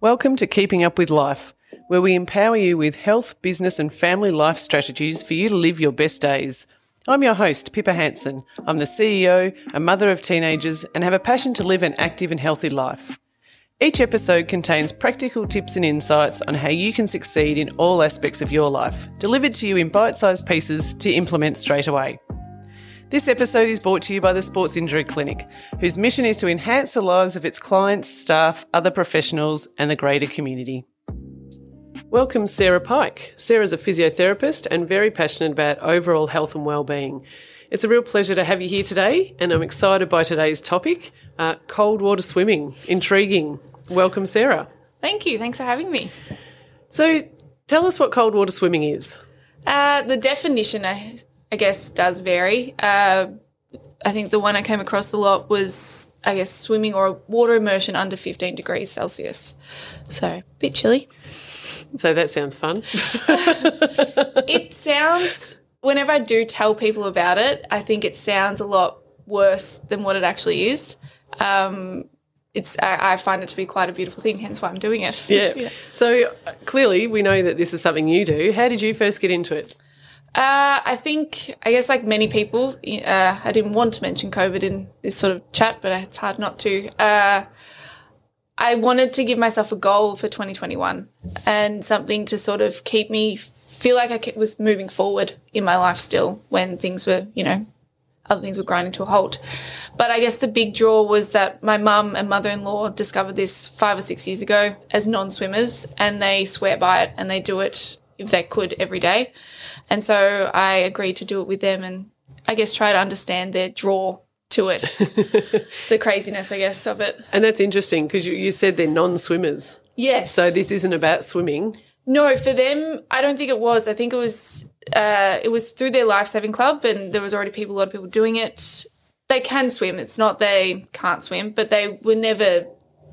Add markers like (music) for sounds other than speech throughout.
Welcome to Keeping Up with Life, where we empower you with health, business, and family life strategies for you to live your best days. I'm your host, Pippa Hansen. I'm the CEO, a mother of teenagers, and have a passion to live an active and healthy life. Each episode contains practical tips and insights on how you can succeed in all aspects of your life, delivered to you in bite sized pieces to implement straight away. This episode is brought to you by the Sports Injury Clinic, whose mission is to enhance the lives of its clients, staff, other professionals, and the greater community. Welcome, Sarah Pike. Sarah's a physiotherapist and very passionate about overall health and well-being. It's a real pleasure to have you here today, and I'm excited by today's topic: uh, cold water swimming. Intriguing. Welcome, Sarah. Thank you. Thanks for having me. So, tell us what cold water swimming is. Uh, the definition, I, I guess, does vary. Uh, I think the one I came across a lot was, I guess, swimming or water immersion under 15 degrees Celsius. So, a bit chilly. So that sounds fun. It sounds, whenever I do tell people about it, I think it sounds a lot worse than what it actually is. Um, it's, I, I find it to be quite a beautiful thing, hence why I'm doing it. (laughs) Yeah. So uh, clearly, we know that this is something you do. How did you first get into it? Uh, I think, I guess, like many people, uh, I didn't want to mention COVID in this sort of chat, but it's hard not to. Uh, I wanted to give myself a goal for 2021 and something to sort of keep me feel like I ke- was moving forward in my life still when things were, you know, other things were grinding to a halt. But I guess the big draw was that my mum and mother in law discovered this five or six years ago as non swimmers, and they swear by it and they do it if they could every day. And so I agreed to do it with them and I guess try to understand their draw to it, the craziness, I guess, of it. And that's interesting because you, you said they're non-swimmers. Yes. So this isn't about swimming. No, for them, I don't think it was. I think it was uh, it was through their lifesaving club, and there was already people, a lot of people doing it. They can swim. It's not they can't swim, but they were never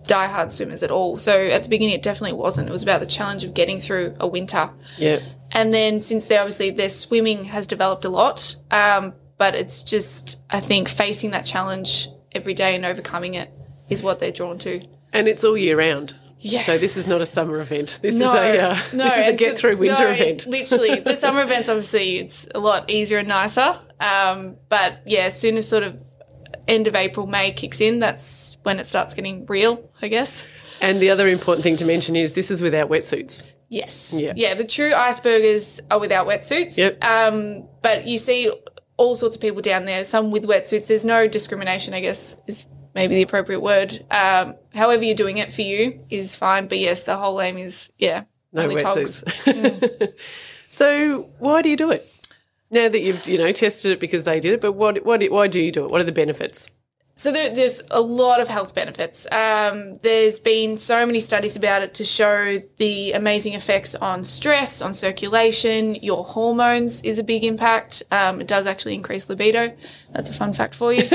diehard swimmers at all. So at the beginning, it definitely wasn't. It was about the challenge of getting through a winter. Yeah. And then since then, obviously, their swimming has developed a lot. Um, but it's just, I think, facing that challenge every day and overcoming it is what they're drawn to. And it's all year round. Yeah. So this is not a summer event. This is a uh, (laughs) this is a it's- get through winter no, event. (laughs) literally, the summer events obviously it's a lot easier and nicer. Um, but yeah, as soon as sort of end of April, May kicks in, that's when it starts getting real, I guess. And the other important thing to mention is this is without wetsuits. Yes. Yeah. Yeah. The true icebergers are without wetsuits. Yep. Um, but you see all sorts of people down there, some with wetsuits. There's no discrimination, I guess, is maybe the appropriate word. Um, however you're doing it for you is fine. But yes, the whole aim is, yeah. No only togs. (laughs) Mm. wetsuits. so why do you do it? Now that you've you know tested it because they did it, but what what why do you do it? What are the benefits? So there, there's a lot of health benefits. Um, there's been so many studies about it to show the amazing effects on stress, on circulation. Your hormones is a big impact. Um, it does actually increase libido. That's a fun fact for you.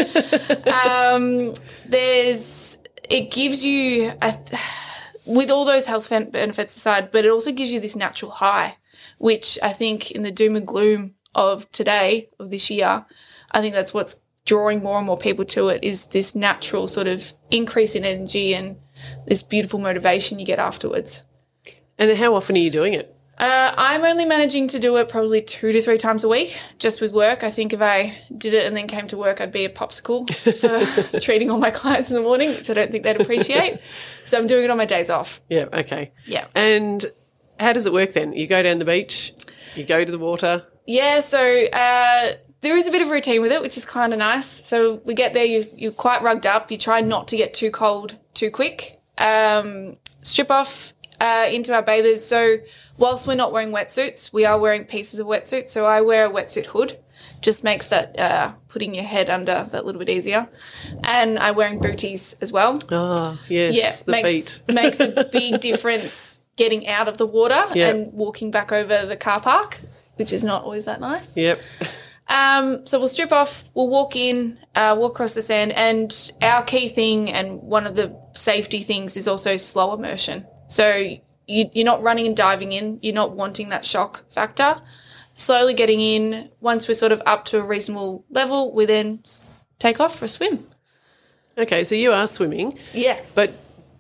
um, there's it gives you a, with all those health ben- benefits aside, but it also gives you this natural high, which I think in the doom and gloom of today, of this year, I think that's what's drawing more and more people to it is this natural sort of increase in energy and this beautiful motivation you get afterwards. And how often are you doing it? Uh, I'm only managing to do it probably two to three times a week, just with work. I think if I did it and then came to work, I'd be a popsicle for treating all my clients in the morning, which I don't think they'd appreciate. so I'm doing it on my days off. Yeah. Okay. Yeah. And how does it work then? You go down the beach, you go to the water. Yeah, so uh, there is a bit of routine with it, which is kind of nice. So we get there, you, you're quite rugged up. You try not to get too cold too quick. Um, strip off uh, into our bathers. So whilst we're not wearing wetsuits, we are wearing pieces of wetsuit. So I wear a wetsuit hood. Just makes that uh, putting your head under that little bit easier. And I'm wearing booties as well Ah, yes, yeah, the makes, feet. (laughs) (laughs) makes a big difference getting out of the water Yeah. and walking back over the car park, which is not always that nice. Yep. Um, so we'll strip off, we'll walk in, uh, walk across the sand, and our key thing and one of the safety things is also slow immersion. So you, you're not running and diving in, you're not wanting that shock factor. Slowly getting in, once we're sort of up to a reasonable level, we then s- take off for a swim. Okay, so you are swimming, Yeah. but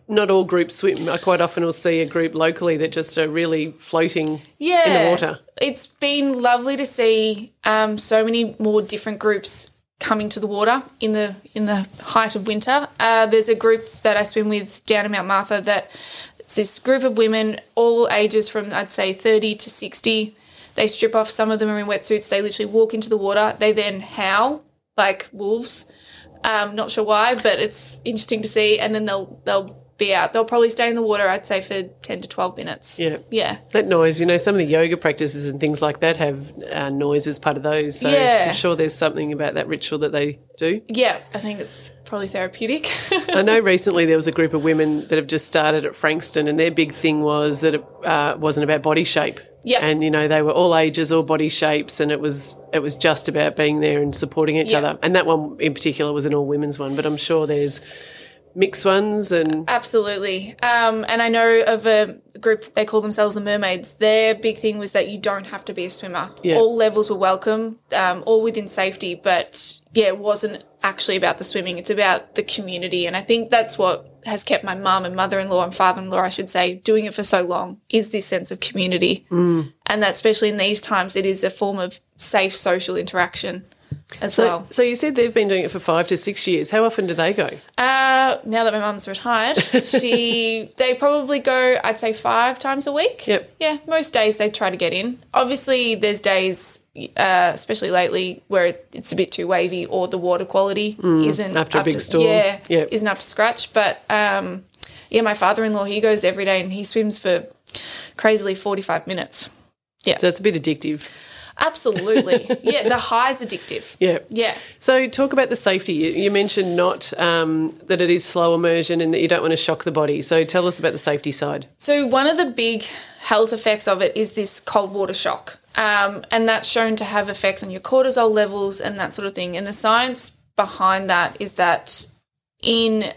not all groups swim. I quite often will see a group locally that just are really floating yeah, in the water. It's been lovely to see um, so many more different groups coming to the water in the in the height of winter. Uh, there's a group that I swim with down in Mount Martha that it's this group of women, all ages from I'd say 30 to 60. They strip off. Some of them are in wetsuits. They literally walk into the water. They then howl like wolves. Um, not sure why, but it's interesting to see. And then they'll they'll be out. They'll probably stay in the water. I'd say for 10 to 12 minutes. Yeah. Yeah. That noise, you know, some of the yoga practices and things like that have uh, noise as part of those. So Yeah. I'm sure there's something about that ritual that they do. Yeah, I think it's probably therapeutic. (laughs) I know recently there was a group of women that have just started at Frankston, and their big thing was that it uh, wasn't about body shape. Yeah. and you know they were all ages, all body shapes, and it was it was just about being there and supporting each Yeah. other. And that one in particular was an all women's one, but I'm sure there's mixed ones and Absolutely. Um, and I know of a group, they call themselves the Mermaids. Their big thing was that you don't have to be a swimmer. Yeah. All levels were welcome, um, all within safety. But yeah, it wasn't actually about the swimming, it's about the community. And I think that's what has kept my mum and mother in law and father in law, I should say, doing it for so long is this sense of community. And that, especially in these times, it is a form of safe social interaction as so, well. so you said they've been doing it for five to six years. How often do they go? Uh, now that my mum's retired, she (laughs) they probably go I'd say five times a week. Yep. Yeah, most days they try to get in. Obviously, there's days, uh, especially lately, where it- it's a bit too wavy or the water quality isn't Mm, after a up big to, storm. Yeah, Yep. isn't up to scratch. But um, yeah, my father-in-law he goes every day and he swims for crazily 45 minutes. So it's a bit addictive. (laughs) Absolutely. yeah, the high's addictive. Yeah. Yeah. So talk about the safety. You, you mentioned not um, that it is slow immersion and that you don't want to shock the body. So tell us about the safety side. So one of the big health effects of it is this cold water shock, um, and that's shown to have effects on your cortisol levels and that sort of thing. And the science behind that is that in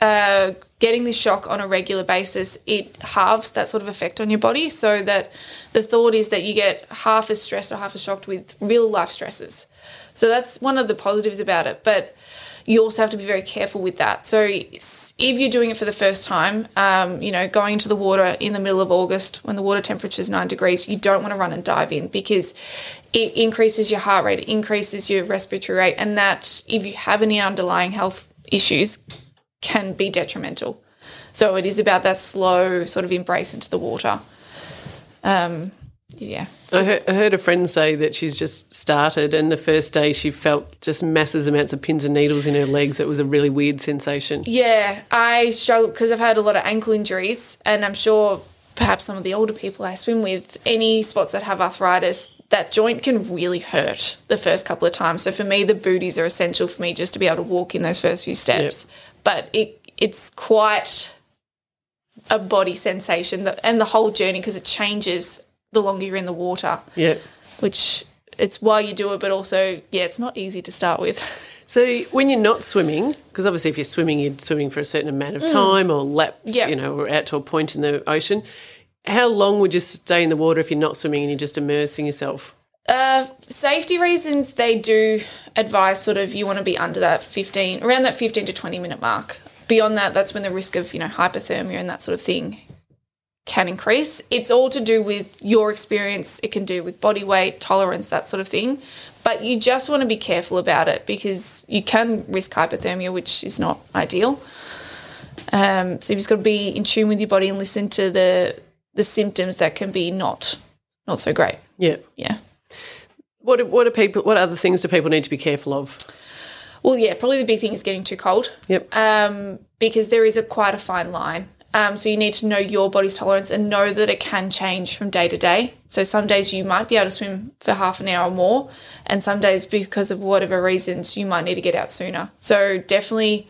uh, getting this shock on a regular basis, it halves that sort of effect on your body. So that the thought is that you get half as stressed or half as shocked with real life stresses. So that's one of the positives about it. But you also have to be very careful with that. So s- if you're doing it for the first time, um, you know, going into the water in the middle of August when the water temperature is nine degrees, you don't want to run and dive in because it increases your heart rate, it increases your respiratory rate, and that if you have any underlying health issues, can be detrimental. So it is about that slow sort of embrace into the water. Um, yeah. I heard, I heard a friend say that she's just started, and the first day she felt just masses amounts of pins and needles in her legs. It was a really weird sensation. Yeah, I struggle because I've had a lot of ankle injuries, and I'm sure perhaps some of the older people I swim with, any spots that have arthritis, that joint can really hurt the first couple of times. So for me, the booties are essential for me just to be able to walk in those first few steps. But it it's quite a body sensation, that, and the whole journey because it changes the longer you're in the water, Yeah. which it's why you do it, but also yeah, it's not easy to start with. (laughs) So when you're not swimming, because obviously if you're swimming, you're swimming for a certain amount of time or laps, Mm. Yeah. you know, or out to a point in the ocean. How long would you stay in the water if you're not swimming and you're just immersing yourself? Uh, safety reasons, they do advise sort of you want to be under that 15, around that 15 to 20 minute mark. Beyond that, that's when the risk of, you know, hypothermia and that sort of thing can increase. It's all to do with your experience. It can do with body weight, tolerance, that sort of thing. But you just want to be careful about it because you can risk hypothermia, which is not ideal. Um, so you've just got to be in tune with your body and listen to the the symptoms that can be not not so great. Yeah. Yeah. What what are people? What other things do people need to be careful of? Well, yeah, probably the big thing is getting too cold Yep. um, because there is a quite a fine line. Um, so you need to know your body's tolerance and know that it can change from day to day. So some days you might be able to swim for half an hour or more, and some days because of whatever reasons you might need to get out sooner. So definitely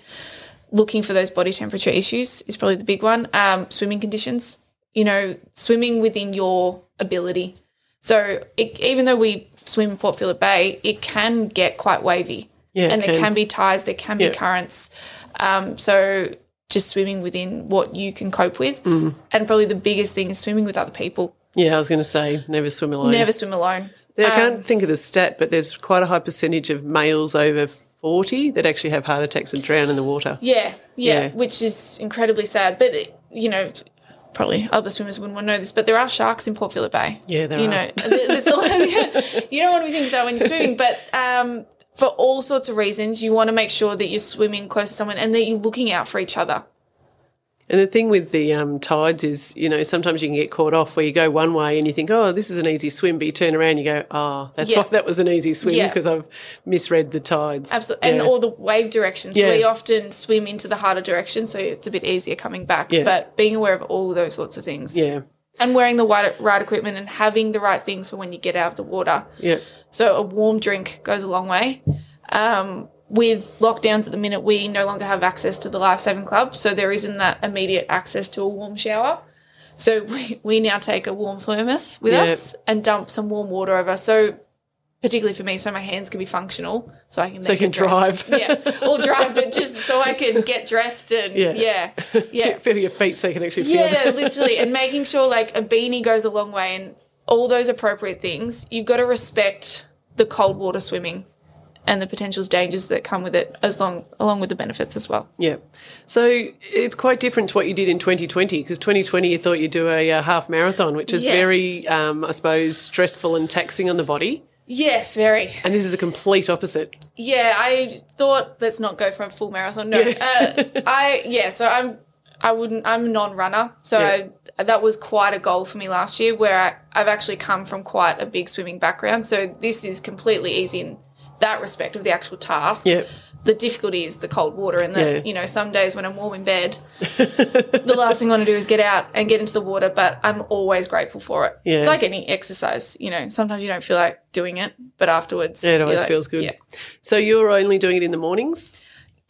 looking for those body temperature issues is probably the big one. Um, swimming conditions, you know, swimming within your ability. So it, even though we swim in Port Phillip Bay, it can get quite wavy. Yeah, it and there can. can be tides, there can be Yeah. currents. Um, so just swimming within what you can cope with. Mm. And probably the biggest thing is swimming with other people. yeah, I was going to say never swim alone. Never swim alone. I can't think of the stat, but there's quite a high percentage of males over 40 that actually have heart attacks and drown in the water. Yeah, yeah, Yeah. which is incredibly sad. But you know, probably other swimmers wouldn't want to know this, but there are sharks in Port Phillip Bay. Yeah, there you are. know, th- there's a lot- (laughs) you don't want to be thinking that when you're swimming, but um, for all sorts of reasons, you want to make sure that you're swimming close to someone and that you're looking out for each other. And the thing with the um, tides is, you know, sometimes you can get caught off where you go one way and you think, oh, this is an easy swim, but you turn around and you go, ah, that's Yeah. why that was an easy swim Yeah. because I've misread the tides. Absolutely, and Yeah. all the wave directions. Yeah. We often swim into the harder direction, so it's a bit easier coming back. Yeah. But being aware of all those sorts of things, Yeah, and wearing the right, right equipment, and having the right things for when you get out of the water. yeah, So a warm drink goes a long way. Um, with lockdowns at the minute, we no longer have access to the life saving club, so there isn't that immediate access to a warm shower. So (laughs) we, we now take a warm thermos with Yeah. us and dump some warm water over. So particularly for me, so my hands can be functional, so I can So then you can get dressed. drive. (laughs) yeah, or (laughs) drive, but just so I can get dressed and Yeah. (laughs) yeah, yeah. Feel your feet so you can actually feel Yeah, them. literally. And making sure like a beanie goes a long way and all those appropriate things. You've got to respect the cold water swimming and the potential dangers that come with it as long along with the benefits as well. Yeah. So it's quite different to what you did in 2020 because 2020 you thought you'd do a, uh half marathon, which is Yes. very, um, I suppose, stressful and taxing on the body. Yes, very. And this is a complete opposite. Yeah, I thought let's not go for a full marathon. No. Uh, I yeah, so I'm I wouldn't I'm a non-runner. So Yeah. I, that was quite a goal for me last year where I, I've actually come from quite a big swimming background. So this is completely easy in that respect of the actual task. Yeah. the difficulty is the cold water and that Yeah. you know some days when i'm warm in bed the last thing i want to do is get out and get into the water but i'm always grateful for it Yeah. it's like any exercise you know sometimes you don't feel like doing it but afterwards It you're always like- feels good. yeah. So you're only doing it in the mornings?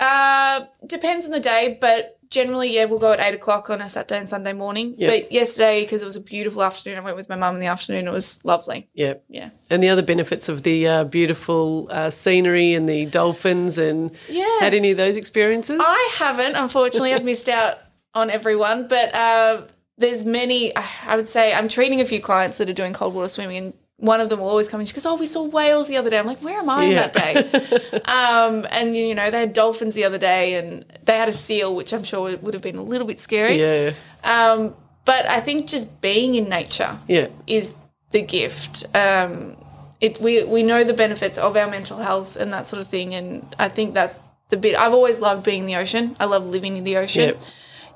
uh depends on the day but generally yeah we'll go at 8 o'clock on a saturday and sunday morning Yeah. but yesterday because it was a beautiful afternoon i went with my mum in the afternoon it was lovely Yeah. yeah And the other benefits of the uh, beautiful uh, scenery and the dolphins and Yeah. had any of those experiences? I haven't, unfortunately. I've missed out on everyone, but uh, there's many. I I would say I'm treating a few clients that are doing cold water swimming, and one of them will always come and she goes, "Oh, we saw whales the other day." I'm like, "Where am I Yeah. that day?" (laughs) um, and you know, they had dolphins the other day, and they had a seal, which I'm sure would have been a little bit scary. yeah. Um, but I think just being in nature Yeah. is the gift. Um, it we we know the benefits of our mental health and that sort of thing, and I think that's the bit I've always loved being in the ocean. I love living in the ocean. Yep.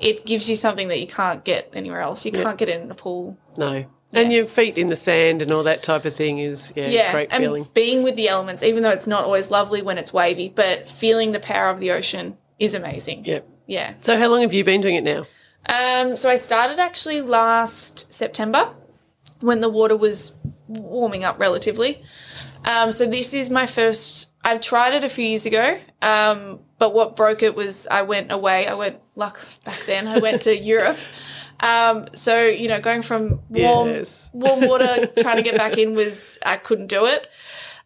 It gives you something that you can't get anywhere else. You can't get it in a pool. No. And your feet in the sand and all that type of thing is yeah, Yeah, great and feeling. being with the elements, even though it's not always lovely when it's wavy, but feeling the power of the ocean is amazing. Yep. Yeah. So how long have you been doing it now? Um, so I started actually last September when the water was warming up relatively. Um, so this is my first. I've tried it a few years ago, um, but what broke it was I went away. I went luck back then. I went (laughs) to Europe. Um, so you know, going from warm Yes. warm (laughs) water trying to get back in was I couldn't do it.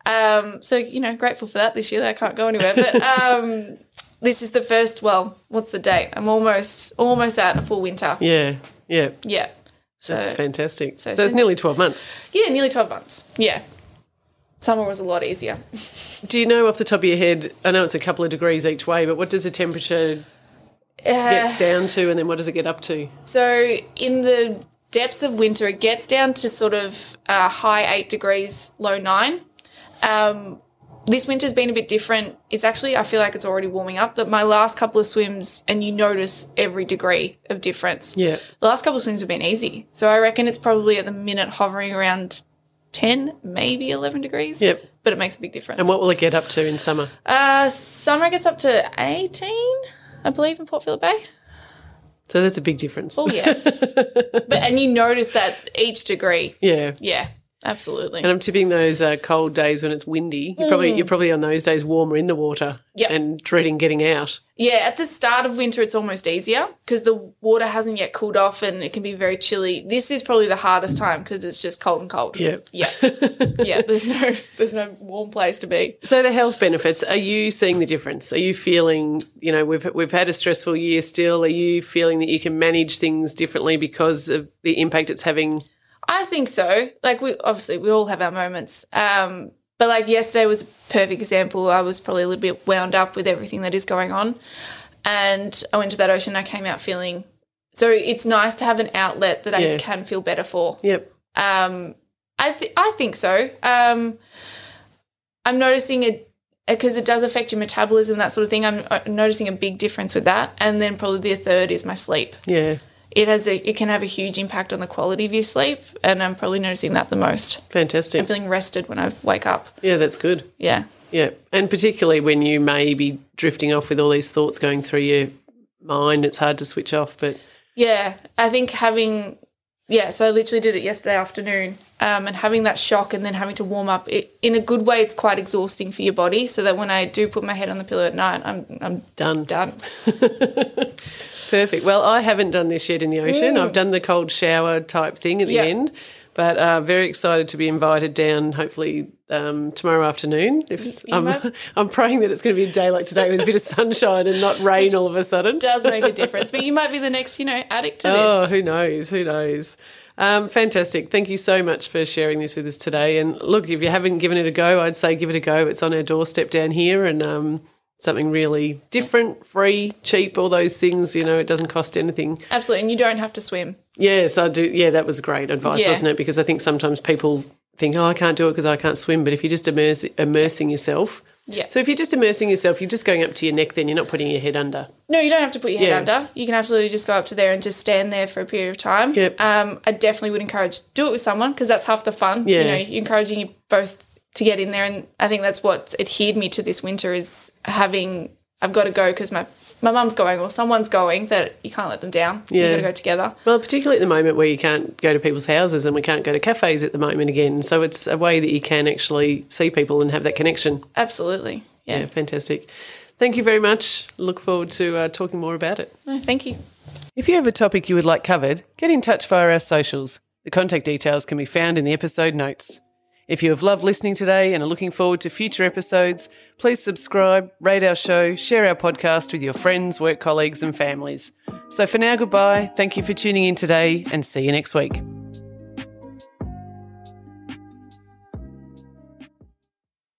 Um, so you know, grateful for that this year that I can't go anywhere. But um, this is the first. Well, what's the date? I'm almost almost out a full winter. Yeah. Yeah. Yeah. So That's fantastic. So, so it's since- nearly 12 months. yeah, nearly twelve months. Yeah. Summer was a lot easier. Do you know off the top of your head, I know it's a couple of degrees each way, but what does the temperature get Uh, down to and then what does it get up to? So in the depths of winter, it gets down to sort of uh, high eight degrees, low nine. Um, this winter's been a bit different. It's actually I feel like it's already warming up. That my last couple of swims, and you notice every degree of difference. Yeah. the last couple of swims have been easy. So I reckon it's probably at the minute hovering around ten, maybe eleven degrees. Yep. but it makes a big difference. And what will it get up to in summer? Uh, summer gets up to 18, I believe, in Port Phillip Bay. So that's a big difference. Oh, yeah. (laughs) but And you notice that each degree. (laughs) Yeah. Yeah, absolutely. And I'm tipping those uh, cold days when it's windy. You're probably you're probably on those days warmer in the water Mm. Yep. and dreading getting out. yeah, at the start of winter, it's almost easier because the water hasn't yet cooled off and it can be very chilly. This is probably the hardest time because it's just cold and cold. Yep. Yeah. yeah. There's no, there's no warm place to be. So the health benefits. Are you seeing the difference? Are you feeling you know we've we've had a stressful year still? Are you feeling that you can manage things differently because of the impact it's having? I think so. Like we obviously we all have our moments. Um, But like yesterday was a perfect example. I was probably a little bit wound up with everything that is going on. And I went to that ocean, I came out feeling so it's nice to have an outlet that Yeah. I can feel better for. Yep. Um, I th- I think so. Um, I'm noticing it because it does affect your metabolism, that sort of thing. I'm uh, noticing a big difference with that, and then probably the third is my sleep. Yeah. It has a it can have a huge impact on the quality of your sleep, and I'm probably noticing that the most. I'm Fantastic. feeling rested when I wake up. Yeah, that's good. Yeah, Yeah. And particularly when you may be drifting off with all these thoughts going through your mind, it's hard to switch off. But yeah. I think having yeah. So I literally did it yesterday afternoon. Um, and having that shock and then having to warm up it, in a good way, it's quite exhausting for your body. So that when I do put my head on the pillow at night, I'm I'm done. done. Perfect. Well, I haven't done this yet in the ocean. I've done the cold shower type thing at the Mm. Yeah. end, but uh, very excited to be invited down. Hopefully um, tomorrow afternoon. If I'm, might- (laughs) I'm praying that it's going to be a day like today with a bit of sunshine and not rain all of a sudden. does make a difference. But you might be the next, you know, addict to Oh, this. who knows? Who knows? Um, fantastic. Thank you so much for sharing this with us today. And look, if you haven't given it a go, I'd say give it a go. It's on our doorstep down here and um, something really different, free, cheap, all those things. You know, it doesn't cost anything. Absolutely. And you don't have to swim. Yes, I do. Yeah, that was great advice, Yeah. wasn't it? Because I think sometimes people think, oh, I can't do it because I can't swim. But if you're just immerse, immersing yourself, Yeah. so if you're just immersing yourself, you're just going up to your neck, then you're not putting your head under. No, you don't have to put your head Yeah. under. You can absolutely just go up to there and just stand there for a period of time. Yep. Um, I definitely would encourage do it with someone because that's half the fun. Yeah. You know, you're encouraging you both to get in there, and I think that's what's adhered me to this winter is having I've got to go because my my mum's going or someone's going that you can't let them down. Yeah. You've got to go together. Well, particularly at the moment where you can't go to people's houses and we can't go to cafes at the moment again. So it's a way that you can actually see people and have that connection. Absolutely. Yeah, Yeah. fantastic. Thank you very much. Look forward to uh, talking more about it. No, thank you. If you have a topic you would like covered, get in touch via our socials. The contact details can be found in the episode notes. If you have loved listening today and are looking forward to future episodes, please subscribe, rate our show, share our podcast with your friends, work colleagues, and families. So for now, goodbye. Thank you for tuning in today, and see you next week.